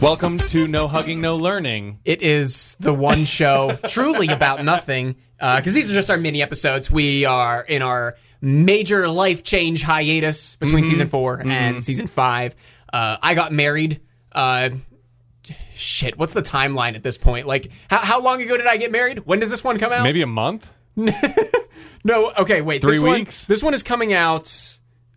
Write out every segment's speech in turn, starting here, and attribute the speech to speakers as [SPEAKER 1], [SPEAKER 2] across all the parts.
[SPEAKER 1] Welcome to No Hugging, No Learning.
[SPEAKER 2] It is the one show truly about nothing because these are just our mini episodes. We are in our major life change hiatus between
[SPEAKER 1] Mm-hmm.
[SPEAKER 2] season 4 and season five. Uh, I got married. Uh, shit, what's the timeline at this point? Like, how, how long ago did I get married? When does this one come out?
[SPEAKER 1] Maybe a month?
[SPEAKER 2] No, okay, wait.
[SPEAKER 1] Three
[SPEAKER 2] this
[SPEAKER 1] weeks?
[SPEAKER 2] One, this one is coming out.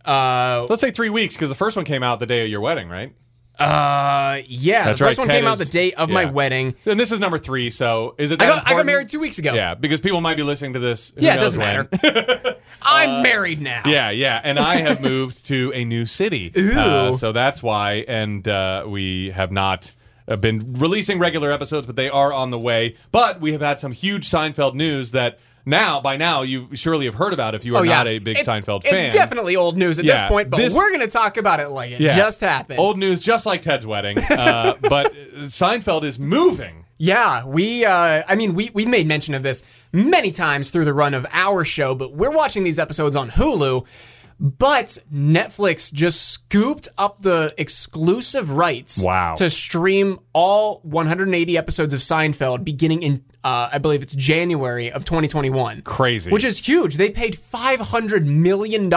[SPEAKER 2] Uh,
[SPEAKER 1] Let's say three weeks because the first one came out the day of your wedding, right?
[SPEAKER 2] uh, yeah.
[SPEAKER 1] That's
[SPEAKER 2] the first
[SPEAKER 1] right,
[SPEAKER 2] one
[SPEAKER 1] Ted
[SPEAKER 2] came out the
[SPEAKER 1] is-
[SPEAKER 2] day of my
[SPEAKER 1] yeah.
[SPEAKER 2] wedding.
[SPEAKER 1] And this is number three, so is it?
[SPEAKER 2] I
[SPEAKER 1] that
[SPEAKER 2] got, I got
[SPEAKER 1] important?
[SPEAKER 2] married two weeks ago.
[SPEAKER 1] Yeah, because people might be listening to this. who
[SPEAKER 2] Yeah, it
[SPEAKER 1] knows
[SPEAKER 2] doesn't
[SPEAKER 1] when.
[SPEAKER 2] matter.
[SPEAKER 1] Uh,
[SPEAKER 2] I'm married now.
[SPEAKER 1] Yeah, yeah, and I have moved to a new city, Uh, so that's why, and uh, we have not uh, been releasing regular episodes, but they are on the way. But we have had some huge Seinfeld news that now, by now, you surely have heard about if you are
[SPEAKER 2] Oh yeah,
[SPEAKER 1] not a big
[SPEAKER 2] It's-
[SPEAKER 1] Seinfeld
[SPEAKER 2] it's
[SPEAKER 1] fan.
[SPEAKER 2] definitely old news at
[SPEAKER 1] Yeah,
[SPEAKER 2] this point, but
[SPEAKER 1] this-
[SPEAKER 2] we're going to talk about it like it
[SPEAKER 1] Yeah.
[SPEAKER 2] just happened.
[SPEAKER 1] Old news, just like Ted's wedding. Uh, but Seinfeld is moving.
[SPEAKER 2] yeah, we. Uh, I mean, we we made mention of this many times through the run of our show, but we're watching these episodes on Hulu. But Netflix just scooped up the exclusive rights
[SPEAKER 1] Wow.
[SPEAKER 2] to stream all 180 episodes of Seinfeld beginning in, uh, I believe it's January of 2021.
[SPEAKER 1] Crazy.
[SPEAKER 2] Which is huge. They paid $500 million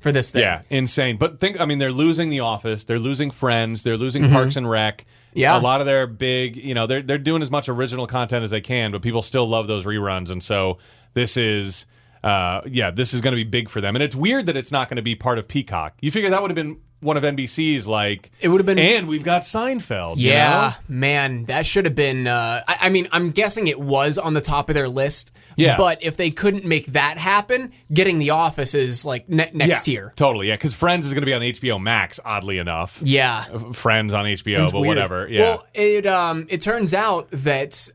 [SPEAKER 2] for this thing.
[SPEAKER 1] Yeah, insane. But think, I mean, they're losing The Office, they're losing Friends, they're losing Parks and Rec.
[SPEAKER 2] Mm-hmm. Yeah.
[SPEAKER 1] a lot of their big, you know, they're they're doing as much original content as they can, but people still love those reruns, and so this is. Uh, yeah, this is going to be big for them, and it's weird that it's not going to be part of Peacock. You figure that would have been one of NBC's, like
[SPEAKER 2] It would have been-
[SPEAKER 1] And we've got Seinfeld. you
[SPEAKER 2] Yeah,
[SPEAKER 1] know?
[SPEAKER 2] man, that should have been. Uh, I, I mean, I'm guessing it was on the top of their list.
[SPEAKER 1] Yeah.
[SPEAKER 2] But if they couldn't make that happen, getting The Office is like ne- next
[SPEAKER 1] yeah,
[SPEAKER 2] year.
[SPEAKER 1] totally. Yeah, because Friends is going to be on HBO Max. Oddly enough,
[SPEAKER 2] Yeah.
[SPEAKER 1] Friends on HBO, but
[SPEAKER 2] Weird.
[SPEAKER 1] whatever. Yeah,
[SPEAKER 2] Well, it um it turns out that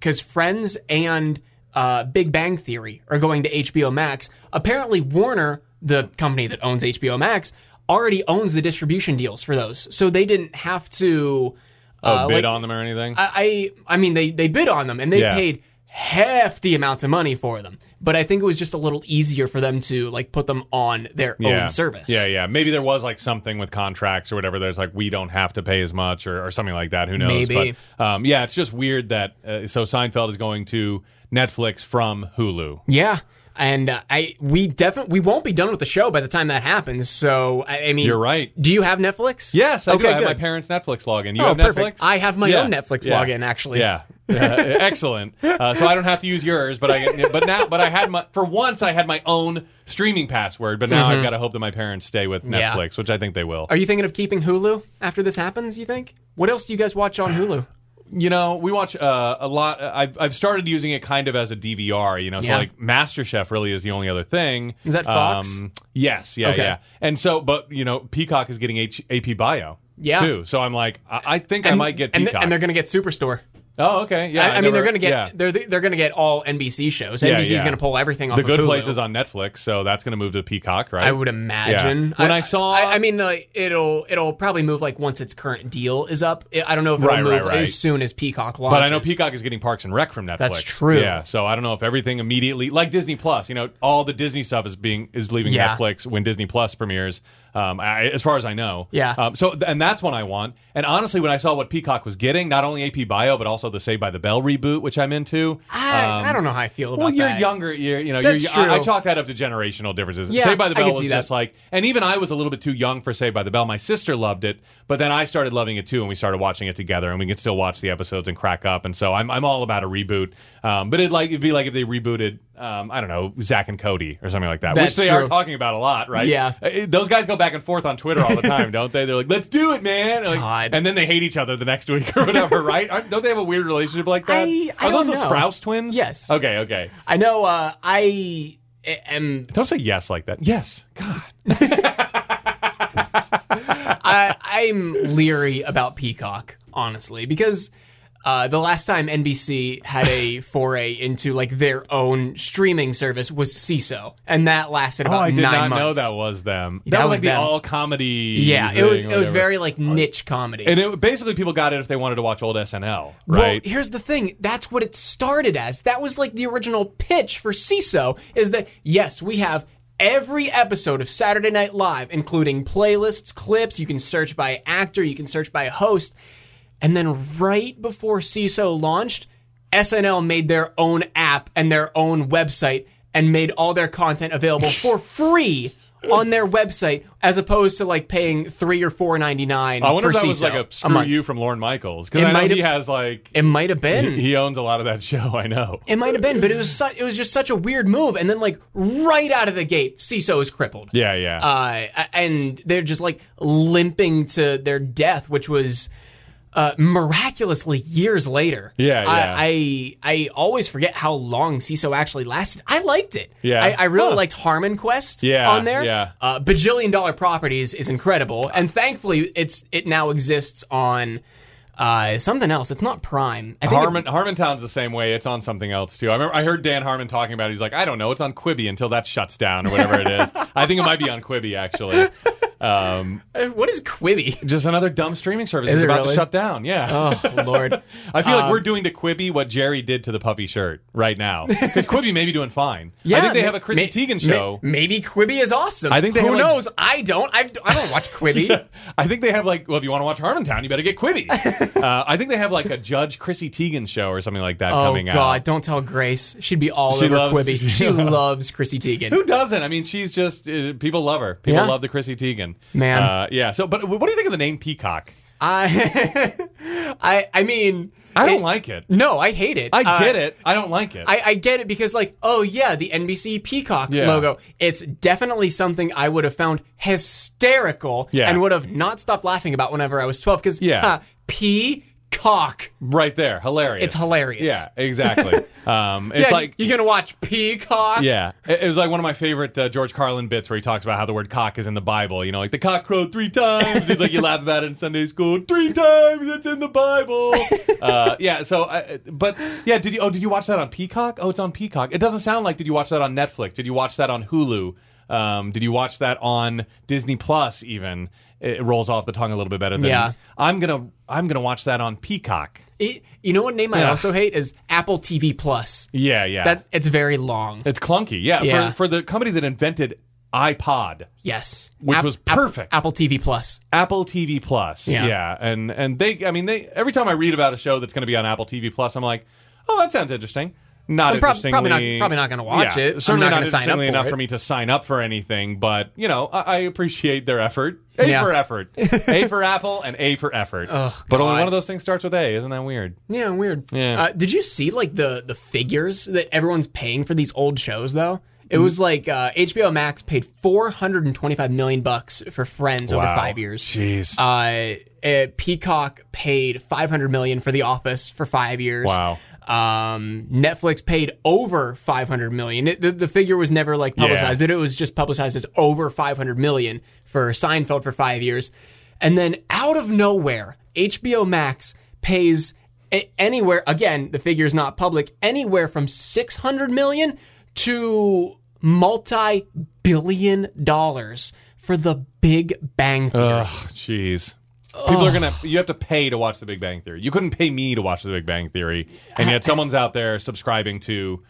[SPEAKER 2] because Friends and uh, Big Bang Theory are going to HBO Max. Apparently, Warner, the company that owns HBO Max, already owns the distribution deals for those, so they didn't have to.
[SPEAKER 1] oh,
[SPEAKER 2] uh,
[SPEAKER 1] bid
[SPEAKER 2] like-
[SPEAKER 1] on them or anything?
[SPEAKER 2] I I I mean they they bid on them and they
[SPEAKER 1] Yeah.
[SPEAKER 2] paid hefty amounts of money for them. But I think it was just a little easier for them to like put them on their own service.
[SPEAKER 1] Yeah, yeah. Maybe there was like something with contracts or whatever. There's like we don't have to pay as much or, or something like that. Who knows?
[SPEAKER 2] Maybe.
[SPEAKER 1] But um, yeah, it's just weird that uh, so Seinfeld is going to Netflix from Hulu.
[SPEAKER 2] Yeah. And uh, I we definitely we won't be done with the show by the time that happens. So I, I mean
[SPEAKER 1] You're right.
[SPEAKER 2] Do you have Netflix?
[SPEAKER 1] Yes, I
[SPEAKER 2] okay,
[SPEAKER 1] do. I have
[SPEAKER 2] good.
[SPEAKER 1] my parents' Netflix login. You
[SPEAKER 2] Oh,
[SPEAKER 1] have Netflix?
[SPEAKER 2] perfect. I have my
[SPEAKER 1] Yeah.
[SPEAKER 2] own Netflix
[SPEAKER 1] Yeah.
[SPEAKER 2] login, actually.
[SPEAKER 1] Yeah, Uh, excellent. Uh, so I don't have to use yours, but I but now but I had my for once I had my own streaming password, but now I've got to hope that my parents stay with
[SPEAKER 2] Mm-hmm. Yeah.
[SPEAKER 1] Netflix, which I think they will.
[SPEAKER 2] Are you thinking of keeping Hulu after this happens? You think? What else do you guys watch on Hulu?
[SPEAKER 1] you know, we watch uh, a lot. I've, I've started using it kind of as a DVR, you know, so
[SPEAKER 2] Yeah.
[SPEAKER 1] like MasterChef really is the only other thing. Um,
[SPEAKER 2] Is that Fox?
[SPEAKER 1] yes, yeah,
[SPEAKER 2] Okay.
[SPEAKER 1] yeah. And so, but, you know, Peacock is getting H- AP Bio.
[SPEAKER 2] Yeah.
[SPEAKER 1] Too. So I'm like, I, I think I might get
[SPEAKER 2] and,
[SPEAKER 1] Peacock.
[SPEAKER 2] and they're going to get Superstore.
[SPEAKER 1] oh, okay. Yeah.
[SPEAKER 2] I, I mean, they're
[SPEAKER 1] never-
[SPEAKER 2] going to get
[SPEAKER 1] yeah.
[SPEAKER 2] they're they're going to get all NBC shows.
[SPEAKER 1] Yeah,
[SPEAKER 2] NBC's
[SPEAKER 1] yeah.
[SPEAKER 2] going to pull everything off.
[SPEAKER 1] The
[SPEAKER 2] of
[SPEAKER 1] Good
[SPEAKER 2] Hulu.
[SPEAKER 1] Place is on Netflix, so that's going to move to Peacock, right?
[SPEAKER 2] I would imagine.
[SPEAKER 1] Yeah. When I, saw,
[SPEAKER 2] I, I mean, the, it'll it'll probably move like once its current deal is up. I- I don't know if it'll
[SPEAKER 1] Right,
[SPEAKER 2] move
[SPEAKER 1] right, right.
[SPEAKER 2] as soon as Peacock launches.
[SPEAKER 1] But I know Peacock is getting Parks and Rec from Netflix.
[SPEAKER 2] That's true.
[SPEAKER 1] Yeah, so I don't know if everything immediately, like Disney Plus, you know, all the Disney stuff is being is leaving
[SPEAKER 2] Yeah.
[SPEAKER 1] Netflix when Disney Plus premieres. Um, I, as far as I know,
[SPEAKER 2] Yeah.
[SPEAKER 1] Um, so th- and that's one I want. And honestly, when I saw what Peacock was getting, not only AP Bio but also the Saved by the Bell reboot, which I'm into. um,
[SPEAKER 2] I, I don't know how I feel about
[SPEAKER 1] Well, you're
[SPEAKER 2] that.
[SPEAKER 1] younger. You're, you know,
[SPEAKER 2] That's
[SPEAKER 1] you're, I, I
[SPEAKER 2] true.
[SPEAKER 1] chalk that up to generational differences.
[SPEAKER 2] Yeah,
[SPEAKER 1] Saved by the
[SPEAKER 2] I
[SPEAKER 1] Bell
[SPEAKER 2] can
[SPEAKER 1] was
[SPEAKER 2] see
[SPEAKER 1] just
[SPEAKER 2] that.
[SPEAKER 1] like, and even I was a little bit too young for Saved by the Bell. My sister loved it, but then I started loving it too, and we started watching it together, and we could still watch the episodes and crack up. And so I'm, I'm all about a reboot. Um, but it like it'd be like if they rebooted, um, I don't know, Zach and Cody or something like that,
[SPEAKER 2] That's
[SPEAKER 1] which they are
[SPEAKER 2] true.
[SPEAKER 1] talking about a lot, right?
[SPEAKER 2] Yeah.
[SPEAKER 1] Uh, it- those guys go back and forth on Twitter all the time, don't they? They're like, "Let's do it, man," Like,
[SPEAKER 2] God.
[SPEAKER 1] and then they hate each other the next week or whatever, right? Aren't- don't they have a weird relationship like that?
[SPEAKER 2] I- I
[SPEAKER 1] are those
[SPEAKER 2] don't
[SPEAKER 1] the
[SPEAKER 2] know.
[SPEAKER 1] Sprouse twins?
[SPEAKER 2] Yes.
[SPEAKER 1] Okay. Okay.
[SPEAKER 2] I know. Uh, I am.
[SPEAKER 1] Don't say yes like that. Yes. God.
[SPEAKER 2] I, I'm leery about Peacock, honestly, because Uh, the last time NBC had a foray into like their own streaming service was CISO, and that lasted
[SPEAKER 1] Oh,
[SPEAKER 2] about
[SPEAKER 1] I did not
[SPEAKER 2] nine
[SPEAKER 1] know
[SPEAKER 2] months.
[SPEAKER 1] that was them. That,
[SPEAKER 2] That
[SPEAKER 1] was
[SPEAKER 2] was
[SPEAKER 1] like the
[SPEAKER 2] them.
[SPEAKER 1] all comedy.
[SPEAKER 2] Yeah, it
[SPEAKER 1] thing
[SPEAKER 2] was
[SPEAKER 1] or
[SPEAKER 2] it was
[SPEAKER 1] whatever.
[SPEAKER 2] very like niche comedy.
[SPEAKER 1] And it, basically, people got it if they wanted to watch old SNL,
[SPEAKER 2] Well,
[SPEAKER 1] right?
[SPEAKER 2] here's the thing. That's what it started as. That was like the original pitch for CISO is that yes, we have every episode of Saturday Night Live, including playlists, clips, you can search by actor, you can search by host. And then right before CISO launched, SNL made their own app and their own website and made all their content available for free on their website as opposed to like paying three or four ninety nine.
[SPEAKER 1] I wonder
[SPEAKER 2] for
[SPEAKER 1] if that was
[SPEAKER 2] CISO
[SPEAKER 1] like a
[SPEAKER 2] a
[SPEAKER 1] screw
[SPEAKER 2] month.
[SPEAKER 1] you from Lauren Michaels because
[SPEAKER 2] It
[SPEAKER 1] I know
[SPEAKER 2] might
[SPEAKER 1] he
[SPEAKER 2] have-
[SPEAKER 1] has like
[SPEAKER 2] It might have been.
[SPEAKER 1] he owns a lot of that show. I know.
[SPEAKER 2] It might have been, but it was su- it was just such a weird move. And then like right out of the gate, CISO is crippled.
[SPEAKER 1] Yeah, yeah.
[SPEAKER 2] Uh, a- and they're just like limping to their death, which was uh, miraculously years later.
[SPEAKER 1] Yeah, yeah.
[SPEAKER 2] I, I I always forget how long CISO actually lasted. I liked it.
[SPEAKER 1] Yeah.
[SPEAKER 2] I, I really
[SPEAKER 1] Huh.
[SPEAKER 2] liked Harmon Quest.
[SPEAKER 1] Yeah,
[SPEAKER 2] on there.
[SPEAKER 1] yeah.
[SPEAKER 2] Uh, bajillion dollar properties is incredible, and thankfully it's it now exists on. Uh, something else. It's not Prime. I think it-
[SPEAKER 1] Harmon Harmontown's the same way. It's on something else too. I remember I heard Dan Harmon talking about. it. He's like, I don't know. It's on Quibi until that shuts down or whatever it is. I think it might be on Quibi actually. Um,
[SPEAKER 2] uh, what is Quibi?
[SPEAKER 1] just another dumb streaming service
[SPEAKER 2] Is
[SPEAKER 1] is
[SPEAKER 2] it
[SPEAKER 1] about to
[SPEAKER 2] really?
[SPEAKER 1] shut down. Yeah.
[SPEAKER 2] Oh Lord.
[SPEAKER 1] I feel
[SPEAKER 2] Um,
[SPEAKER 1] like we're doing to Quibi what Jerry did to the puffy shirt right now because Quibi may be doing fine. I think they have a Chrissy
[SPEAKER 2] ma-
[SPEAKER 1] Teigen
[SPEAKER 2] ma-
[SPEAKER 1] show.
[SPEAKER 2] maybe Quibi is awesome.
[SPEAKER 1] I think they
[SPEAKER 2] who
[SPEAKER 1] have, like-
[SPEAKER 2] knows. I don't. I, I don't watch Quibi.
[SPEAKER 1] I think they have like, well, if you want to watch Harmontown, you better get Quibi. uh, I think they have like a Judge Chrissy Teigen show or something like that
[SPEAKER 2] Oh
[SPEAKER 1] coming
[SPEAKER 2] God!
[SPEAKER 1] out.
[SPEAKER 2] Don't tell Grace. She'd be all
[SPEAKER 1] She
[SPEAKER 2] over
[SPEAKER 1] loves-
[SPEAKER 2] Quibi. She loves Chrissy
[SPEAKER 1] Who
[SPEAKER 2] Teigen.
[SPEAKER 1] doesn't? I mean, she's just uh, people love her. People
[SPEAKER 2] Yeah.
[SPEAKER 1] love the Chrissy Teigen.
[SPEAKER 2] Man.
[SPEAKER 1] uh, yeah. So, but what do you think of the name Peacock?
[SPEAKER 2] I, I, I mean,
[SPEAKER 1] I don't
[SPEAKER 2] it-
[SPEAKER 1] like it.
[SPEAKER 2] No, I hate it.
[SPEAKER 1] I
[SPEAKER 2] Uh,
[SPEAKER 1] get it. I don't like it.
[SPEAKER 2] I, I get it because, like, oh yeah, the NBC Peacock
[SPEAKER 1] Yeah.
[SPEAKER 2] logo. It's definitely something I would have found hysterical
[SPEAKER 1] Yeah.
[SPEAKER 2] and would have not stopped laughing about whenever I was twelve. Because
[SPEAKER 1] Yeah.
[SPEAKER 2] peacock.
[SPEAKER 1] right there, hilarious.
[SPEAKER 2] It's hilarious.
[SPEAKER 1] Yeah, exactly. um, it's
[SPEAKER 2] Yeah,
[SPEAKER 1] like
[SPEAKER 2] you're gonna watch Peacock.
[SPEAKER 1] Yeah, it, it was like one of my favorite uh, George Carlin bits where he talks about how the word cock is in the Bible. You know, like the cock crowed three times. He's like, you laugh about it in Sunday school three times. It's in the Bible. Uh, yeah. So, I, but yeah, did you? Oh, did you watch that on Peacock? Oh, it's on Peacock. It doesn't sound like. Did you watch that on Netflix? Did you watch that on Hulu? Um, did you watch that on Disney Plus? Even it rolls off the tongue a little bit better. Than,
[SPEAKER 2] Yeah.
[SPEAKER 1] I'm gonna I'm gonna watch that on Peacock.
[SPEAKER 2] It- E, you know what name I
[SPEAKER 1] Yeah.
[SPEAKER 2] also hate is Apple TV Plus.
[SPEAKER 1] Yeah, yeah.
[SPEAKER 2] That it's very long.
[SPEAKER 1] it's clunky. Yeah,
[SPEAKER 2] Yeah.
[SPEAKER 1] For, for the company that invented iPod.
[SPEAKER 2] Yes,
[SPEAKER 1] Which was perfect.
[SPEAKER 2] Apple TV Plus.
[SPEAKER 1] Apple TV Plus.
[SPEAKER 2] Yeah.
[SPEAKER 1] and and they, I mean, they. Every time I read about a show that's going to be on Apple TV Plus, I'm like, oh, that sounds interesting. Not
[SPEAKER 2] I'm prob-
[SPEAKER 1] interestingly,
[SPEAKER 2] probably not- probably not gonna watch
[SPEAKER 1] Yeah,
[SPEAKER 2] it. I'm
[SPEAKER 1] Certainly
[SPEAKER 2] not
[SPEAKER 1] not,
[SPEAKER 2] gonna sign up
[SPEAKER 1] interestingly
[SPEAKER 2] for
[SPEAKER 1] enough
[SPEAKER 2] it.
[SPEAKER 1] for me to sign up for anything. But you know, I, I appreciate their effort. A
[SPEAKER 2] Yeah. Oh,
[SPEAKER 1] for effort, A for Apple, and A for effort. but only
[SPEAKER 2] God.
[SPEAKER 1] one of those things starts with A. Isn't that weird?
[SPEAKER 2] Yeah, weird.
[SPEAKER 1] Yeah.
[SPEAKER 2] Uh, did you see like the the figures that everyone's paying for these old shows though? It
[SPEAKER 1] Mm-hmm.
[SPEAKER 2] was like uh, HBO Max paid 425 million bucks for Friends over
[SPEAKER 1] Wow.
[SPEAKER 2] 5 years.
[SPEAKER 1] Jeez.
[SPEAKER 2] Uh, uh, Peacock paid 500 million for The Office for 5 years.
[SPEAKER 1] Wow.
[SPEAKER 2] Um, Netflix paid over 500 million. It, the, the figure was never like publicized, but it was just publicized as over 500 million for Seinfeld for five years. And then out of nowhere, HBO Max pays a- anywhere, again, the figure's not public, anywhere from 600 million to multi billion dollars for the Big Bang Theory.
[SPEAKER 1] Ugh, jeez. People are gonna. You have to pay to watch The Big Bang Theory. You couldn't pay me to watch The Big Bang Theory, and yet someone's out there subscribing to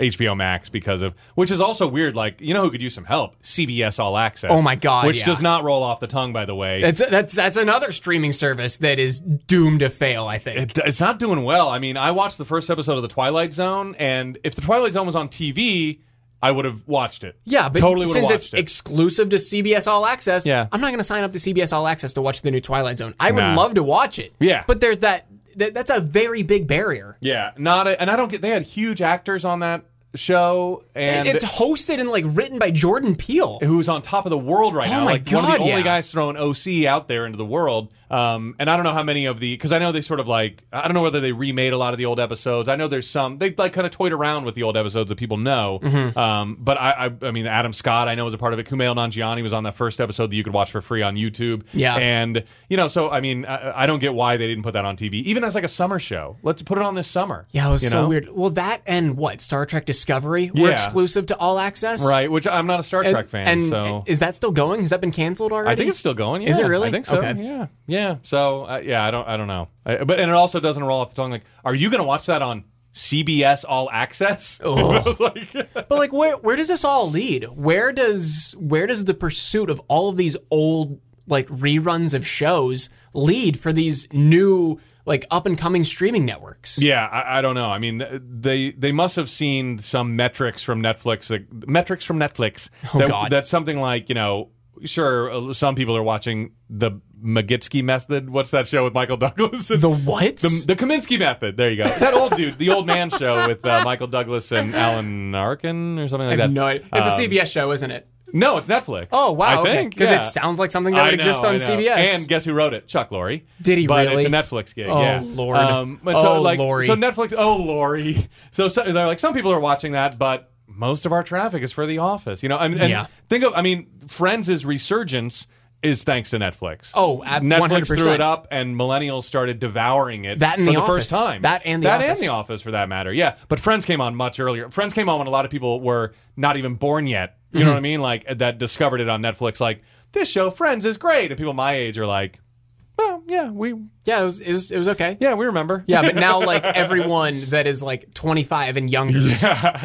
[SPEAKER 1] HBO Max because of, which is also weird. Like, you know who could use some help? CBS All Access.
[SPEAKER 2] Oh my God,
[SPEAKER 1] Which
[SPEAKER 2] yeah.
[SPEAKER 1] does not roll off the tongue, by the way.
[SPEAKER 2] That's, that's that's another streaming service that is doomed to fail, I think.
[SPEAKER 1] It- it's not doing well. I mean, I watched the first episode of The Twilight Zone, and if The Twilight Zone was on TV, I would have watched it.
[SPEAKER 2] Yeah, but
[SPEAKER 1] totally would have
[SPEAKER 2] since it's
[SPEAKER 1] watched it.
[SPEAKER 2] exclusive to CBS All Access,
[SPEAKER 1] Yeah.
[SPEAKER 2] I'm not going to sign up to CBS All Access to watch the new Twilight Zone. I would
[SPEAKER 1] Nah.
[SPEAKER 2] love to watch it.
[SPEAKER 1] Yeah.
[SPEAKER 2] But there's that, that that's a very big barrier.
[SPEAKER 1] Yeah, not a, and I don't get. They had huge actors on that show, and
[SPEAKER 2] it's hosted and like written by Jordan Peele.
[SPEAKER 1] who's on top of the world right now.
[SPEAKER 2] Oh my
[SPEAKER 1] like one of
[SPEAKER 2] God,
[SPEAKER 1] the only
[SPEAKER 2] yeah.
[SPEAKER 1] guys throwing OC out there into the world. Um, and I don't know how many of the because I know they sort of like I don't know whether they remade a lot of the old episodes. I know there's some they like kind of toyed around with the old episodes that people know.
[SPEAKER 2] Mm-hmm.
[SPEAKER 1] Um, but I, I I mean Adam Scott I know was a part of it. Kumail Nanjiani was on that first episode that you could watch for free on YouTube.
[SPEAKER 2] Yeah.
[SPEAKER 1] and you know so I mean I, I don't get why they didn't put that on TV even as like a summer show. Let's put it on this summer.
[SPEAKER 2] Yeah, it was
[SPEAKER 1] you
[SPEAKER 2] so
[SPEAKER 1] know?
[SPEAKER 2] weird. Well, that and what Star Trek Discovery were
[SPEAKER 1] Yeah.
[SPEAKER 2] exclusive to All Access,
[SPEAKER 1] Right, which I'm not a Star
[SPEAKER 2] And,
[SPEAKER 1] Trek fan,
[SPEAKER 2] and
[SPEAKER 1] so
[SPEAKER 2] is that still going? Has that been canceled already?
[SPEAKER 1] I think it's still going. Yeah.
[SPEAKER 2] Is it really?
[SPEAKER 1] I think so.
[SPEAKER 2] Okay.
[SPEAKER 1] Yeah, yeah. So uh, yeah, I don't, I don't know. I, but and it also doesn't roll off the tongue. Like, are you going to watch that on CBS All Access? I was like,
[SPEAKER 2] But like, where where does this all lead? Where does where does the pursuit of all of these old like reruns of shows lead for these new like up and coming streaming networks?
[SPEAKER 1] yeah, I, I don't know. I mean, th- they they must have seen some metrics from Netflix, like, metrics from Netflix. Oh that,
[SPEAKER 2] God.
[SPEAKER 1] that's something like you know. Sure, uh, some people are watching the Magitsky Method. What's that show with Michael Douglas?
[SPEAKER 2] The what?
[SPEAKER 1] The, the Kaminsky method. There you go. That old dude, the old man show with uh, Michael Douglas and Alan Arkin or something like that.
[SPEAKER 2] no, it's
[SPEAKER 1] Um,
[SPEAKER 2] a CBS show, isn't it?
[SPEAKER 1] No, it's Netflix.
[SPEAKER 2] Oh
[SPEAKER 1] I
[SPEAKER 2] wow,
[SPEAKER 1] think
[SPEAKER 2] because
[SPEAKER 1] yeah.
[SPEAKER 2] it sounds like something that would
[SPEAKER 1] I know,
[SPEAKER 2] exist
[SPEAKER 1] I
[SPEAKER 2] on
[SPEAKER 1] know.
[SPEAKER 2] CBS.
[SPEAKER 1] And guess who wrote it? Chuck Lorre.
[SPEAKER 2] Did he
[SPEAKER 1] but
[SPEAKER 2] really?
[SPEAKER 1] It's a Netflix gig.
[SPEAKER 2] Oh,
[SPEAKER 1] yeah.
[SPEAKER 2] Lord.
[SPEAKER 1] and
[SPEAKER 2] Oh,
[SPEAKER 1] so, like,
[SPEAKER 2] Lorre.
[SPEAKER 1] So Netflix. Oh Lorre. So, so they're like some people are watching that, but most of our traffic is for The Office. You know, I mean, and
[SPEAKER 2] Yeah.
[SPEAKER 1] think of I mean, Friends' resurgence is thanks to Netflix.
[SPEAKER 2] Oh, ab-
[SPEAKER 1] Netflix
[SPEAKER 2] 100%.
[SPEAKER 1] threw it up, and millennials started devouring it
[SPEAKER 2] That and
[SPEAKER 1] for
[SPEAKER 2] The
[SPEAKER 1] the first
[SPEAKER 2] Office.
[SPEAKER 1] time.
[SPEAKER 2] That and The
[SPEAKER 1] that
[SPEAKER 2] Office.
[SPEAKER 1] and The Office, for that matter. Yeah, but Friends came on much earlier. Friends came on when a lot of people were not even born yet. You
[SPEAKER 2] Mm-hmm.
[SPEAKER 1] know what I mean? Like that discovered it on Netflix. Like this show, Friends, is great, and people my age are like, "Well, yeah, we,
[SPEAKER 2] yeah, it was it was, it was okay.
[SPEAKER 1] yeah, we remember."
[SPEAKER 2] Yeah, but now like everyone that is like 25 and younger i-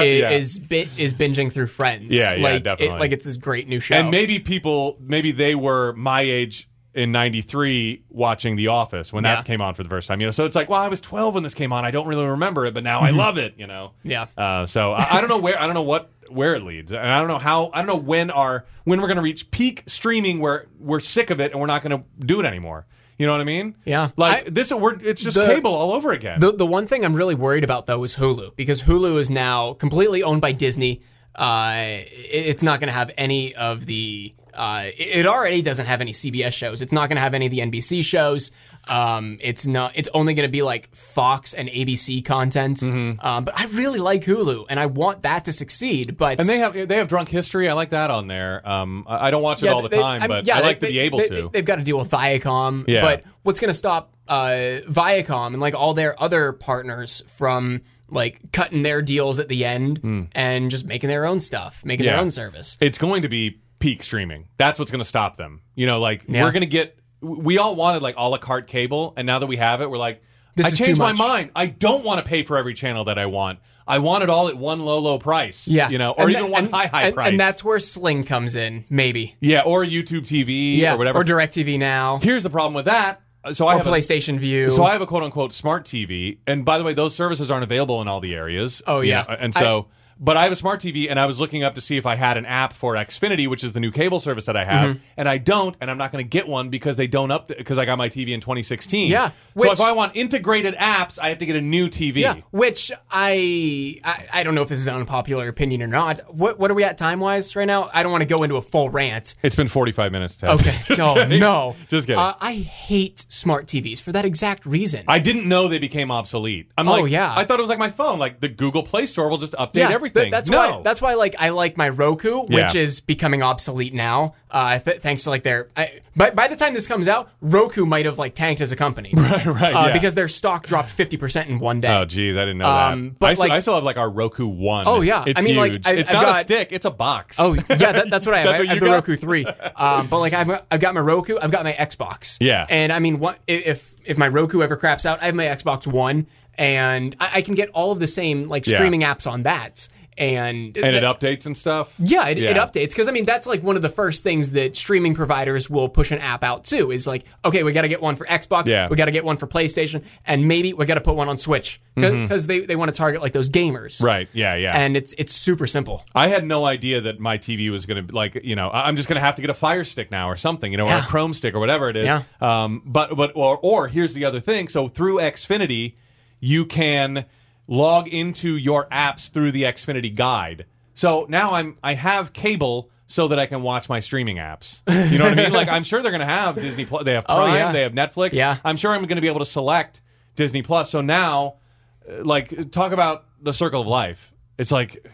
[SPEAKER 2] is,
[SPEAKER 1] yeah.
[SPEAKER 2] bit is binging through Friends.
[SPEAKER 1] Yeah, yeah,
[SPEAKER 2] like, It,
[SPEAKER 1] definitely.
[SPEAKER 2] like it's this great new show.
[SPEAKER 1] and maybe people, maybe they were my age in '93 watching The Office when
[SPEAKER 2] Yeah.
[SPEAKER 1] that came on for the first time. You know, so it's like, well, I was 12 when this came on. I don't really remember it, but now I love it. You know.
[SPEAKER 2] Mm-hmm. Yeah.
[SPEAKER 1] Uh, so I, I don't know where I don't know what where it leads, and I don't know how I don't know when our when we're going to reach peak streaming where we're sick of it and we're not going to do it anymore. You know what I mean?
[SPEAKER 2] Yeah.
[SPEAKER 1] Like
[SPEAKER 2] I-
[SPEAKER 1] this, we're it's just
[SPEAKER 2] The-
[SPEAKER 1] cable all over again.
[SPEAKER 2] The the one thing I'm really worried about though is Hulu because Hulu is now completely owned by Disney. Uh, it- it's not going to have any of the. Uh, it- it already doesn't have any CBS shows. It's not going to have any of the NBC shows. Um, it's not. It's only going to be like Fox and ABC content. Um, but I really like Hulu, and I want that to succeed. But
[SPEAKER 1] and they have they have drunk history. I like that on there. Um, I I don't watch it all the
[SPEAKER 2] they-
[SPEAKER 1] time,
[SPEAKER 2] I'm-
[SPEAKER 1] but
[SPEAKER 2] yeah,
[SPEAKER 1] I
[SPEAKER 2] they-
[SPEAKER 1] like
[SPEAKER 2] they-
[SPEAKER 1] to be able
[SPEAKER 2] they-
[SPEAKER 1] to.
[SPEAKER 2] they- They've got to deal with Viacom.
[SPEAKER 1] Yeah.
[SPEAKER 2] But what's going to stop uh, Viacom and like all their other partners from like cutting their deals at the end and just making their own stuff, making their
[SPEAKER 1] Hmm. Yeah.
[SPEAKER 2] own service?
[SPEAKER 1] it's going to be peak streaming. That's what's going to stop them. You know, like
[SPEAKER 2] Yeah.
[SPEAKER 1] we're going to get. We all wanted like a la carte cable, and now that we have it, we're like,
[SPEAKER 2] This
[SPEAKER 1] I
[SPEAKER 2] is too
[SPEAKER 1] changed my
[SPEAKER 2] much.
[SPEAKER 1] mind. I don't want to pay for every channel that I want. I want it all at one low, low price.
[SPEAKER 2] Yeah.
[SPEAKER 1] you know, or
[SPEAKER 2] And
[SPEAKER 1] even
[SPEAKER 2] tha-
[SPEAKER 1] one
[SPEAKER 2] and-
[SPEAKER 1] high, high
[SPEAKER 2] and,
[SPEAKER 1] price.
[SPEAKER 2] And that's where Sling comes in, maybe.
[SPEAKER 1] yeah, or YouTube TV,
[SPEAKER 2] Yeah.
[SPEAKER 1] or whatever.
[SPEAKER 2] Or DirecTV Now.
[SPEAKER 1] Here's the problem with that. So I
[SPEAKER 2] Or
[SPEAKER 1] have a-
[SPEAKER 2] PlayStation View.
[SPEAKER 1] so I have a quote unquote smart TV, and by the way, those services aren't available in all the areas.
[SPEAKER 2] Oh,
[SPEAKER 1] You
[SPEAKER 2] yeah.
[SPEAKER 1] know, and so. but I have a smart TV, and I was looking up to see if I had an app for Xfinity, which is the new cable service that I have,
[SPEAKER 2] Mm-hmm.
[SPEAKER 1] and I don't, and I'm not going to get one because they don't up because I got my TV in 2016.
[SPEAKER 2] Yeah,
[SPEAKER 1] so
[SPEAKER 2] which-
[SPEAKER 1] if I want integrated apps, I have to get a new TV.
[SPEAKER 2] yeah, which I, I I don't know if this is an unpopular opinion or not. What what are we at time wise right now? I don't want to go into a full rant,
[SPEAKER 1] It's been 45 minutes. Ted.
[SPEAKER 2] Okay.
[SPEAKER 1] Just
[SPEAKER 2] no,
[SPEAKER 1] kidding.
[SPEAKER 2] no.
[SPEAKER 1] Just kidding.
[SPEAKER 2] Uh, I hate smart TVs for that exact reason.
[SPEAKER 1] I didn't know they became obsolete. I'm
[SPEAKER 2] Oh,
[SPEAKER 1] like,
[SPEAKER 2] yeah.
[SPEAKER 1] I thought it was like my phone, like the Google Play Store will just update
[SPEAKER 2] th-
[SPEAKER 1] everything.
[SPEAKER 2] that's
[SPEAKER 1] no,
[SPEAKER 2] why. That's why. Like, I like my Roku, which
[SPEAKER 1] Yeah.
[SPEAKER 2] is becoming obsolete now. Uh, th- thanks to like their. I, by by the time this comes out, Roku might have like tanked as a company, right?
[SPEAKER 1] right,
[SPEAKER 2] Uh,
[SPEAKER 1] yeah.
[SPEAKER 2] Because their stock dropped fifty percent in one day.
[SPEAKER 1] Oh, geez, I didn't know
[SPEAKER 2] Um,
[SPEAKER 1] that.
[SPEAKER 2] but,
[SPEAKER 1] I, still,
[SPEAKER 2] like-
[SPEAKER 1] I still have like our Roku One.
[SPEAKER 2] Oh, yeah.
[SPEAKER 1] it's
[SPEAKER 2] I mean, like,
[SPEAKER 1] huge.
[SPEAKER 2] I-
[SPEAKER 1] it's
[SPEAKER 2] I've
[SPEAKER 1] not
[SPEAKER 2] got-
[SPEAKER 1] a stick; it's a box.
[SPEAKER 2] Oh yeah, that, that's what I have.
[SPEAKER 1] That's
[SPEAKER 2] I
[SPEAKER 1] what
[SPEAKER 2] have
[SPEAKER 1] you
[SPEAKER 2] the
[SPEAKER 1] got?
[SPEAKER 2] Roku three, um, but like I've, I've got my Roku, I've got my Xbox.
[SPEAKER 1] Yeah.
[SPEAKER 2] and I mean, what if if my Roku ever craps out? I have my Xbox One, and I, I can get all of the same like
[SPEAKER 1] Yeah.
[SPEAKER 2] streaming apps on that. And,
[SPEAKER 1] and it updates and stuff.
[SPEAKER 2] yeah, it, it
[SPEAKER 1] Yeah.
[SPEAKER 2] updates because I mean that's like one of the first things that streaming providers will push an app out to is like, okay, we got to get one for Xbox,
[SPEAKER 1] Yeah.
[SPEAKER 2] we got to get one for PlayStation, and maybe we got to put one on Switch because they they want to target like those gamers,
[SPEAKER 1] Mm-hmm. Right. Yeah. Yeah.
[SPEAKER 2] And it's it's super simple.
[SPEAKER 1] I had no idea that my TV was going to be like you know I- I'm just going to have to get a Fire Stick now or something you know or
[SPEAKER 2] Yeah.
[SPEAKER 1] a Chrome Stick or whatever it is.
[SPEAKER 2] Yeah.
[SPEAKER 1] Um. But but or or here's the other thing. So through Xfinity, you can log into your apps through the Xfinity guide. So now I'm I have cable so that I can watch my streaming apps. You know what I mean? Like I'm sure they're going to have Disney Plus. They have Prime.
[SPEAKER 2] Oh, yeah.
[SPEAKER 1] They have Netflix.
[SPEAKER 2] Yeah.
[SPEAKER 1] I'm sure I'm going to be able to select Disney Plus. So now, uh, like, talk about the circle of life. It's like,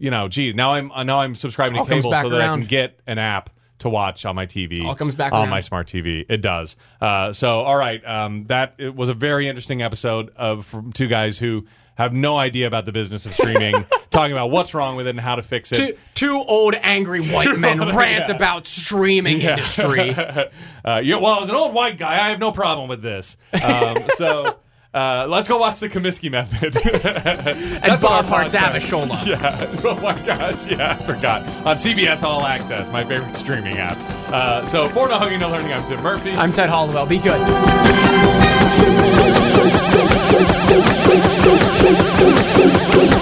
[SPEAKER 1] you know, geez, now I'm uh, now I'm subscribing
[SPEAKER 2] All
[SPEAKER 1] to
[SPEAKER 2] comes
[SPEAKER 1] cable
[SPEAKER 2] back
[SPEAKER 1] so that I can
[SPEAKER 2] around.
[SPEAKER 1] get an app to watch on my TV.
[SPEAKER 2] All comes back
[SPEAKER 1] on
[SPEAKER 2] around.
[SPEAKER 1] my smart TV. It does. Uh, so, all right, um, that it was a very interesting episode of from two guys who have no idea about the business of streaming, talking about what's wrong with it and how to fix it.
[SPEAKER 2] Two, two old angry white men rant about streaming industry.
[SPEAKER 1] Uh, you well, as an old white guy, I have no problem with this. Um, so uh, let's go watch the Comiskey Method.
[SPEAKER 2] and
[SPEAKER 1] our
[SPEAKER 2] Bob Hart's
[SPEAKER 1] podcast.
[SPEAKER 2] Abishola.
[SPEAKER 1] yeah. Oh my gosh. Yeah, I forgot. On CBS All Access, my favorite streaming app. Uh, so for No Hugging, No Learning, I'm Tim Murphy.
[SPEAKER 2] I'm Ted Hollowell. Be good.
[SPEAKER 3] Thank you.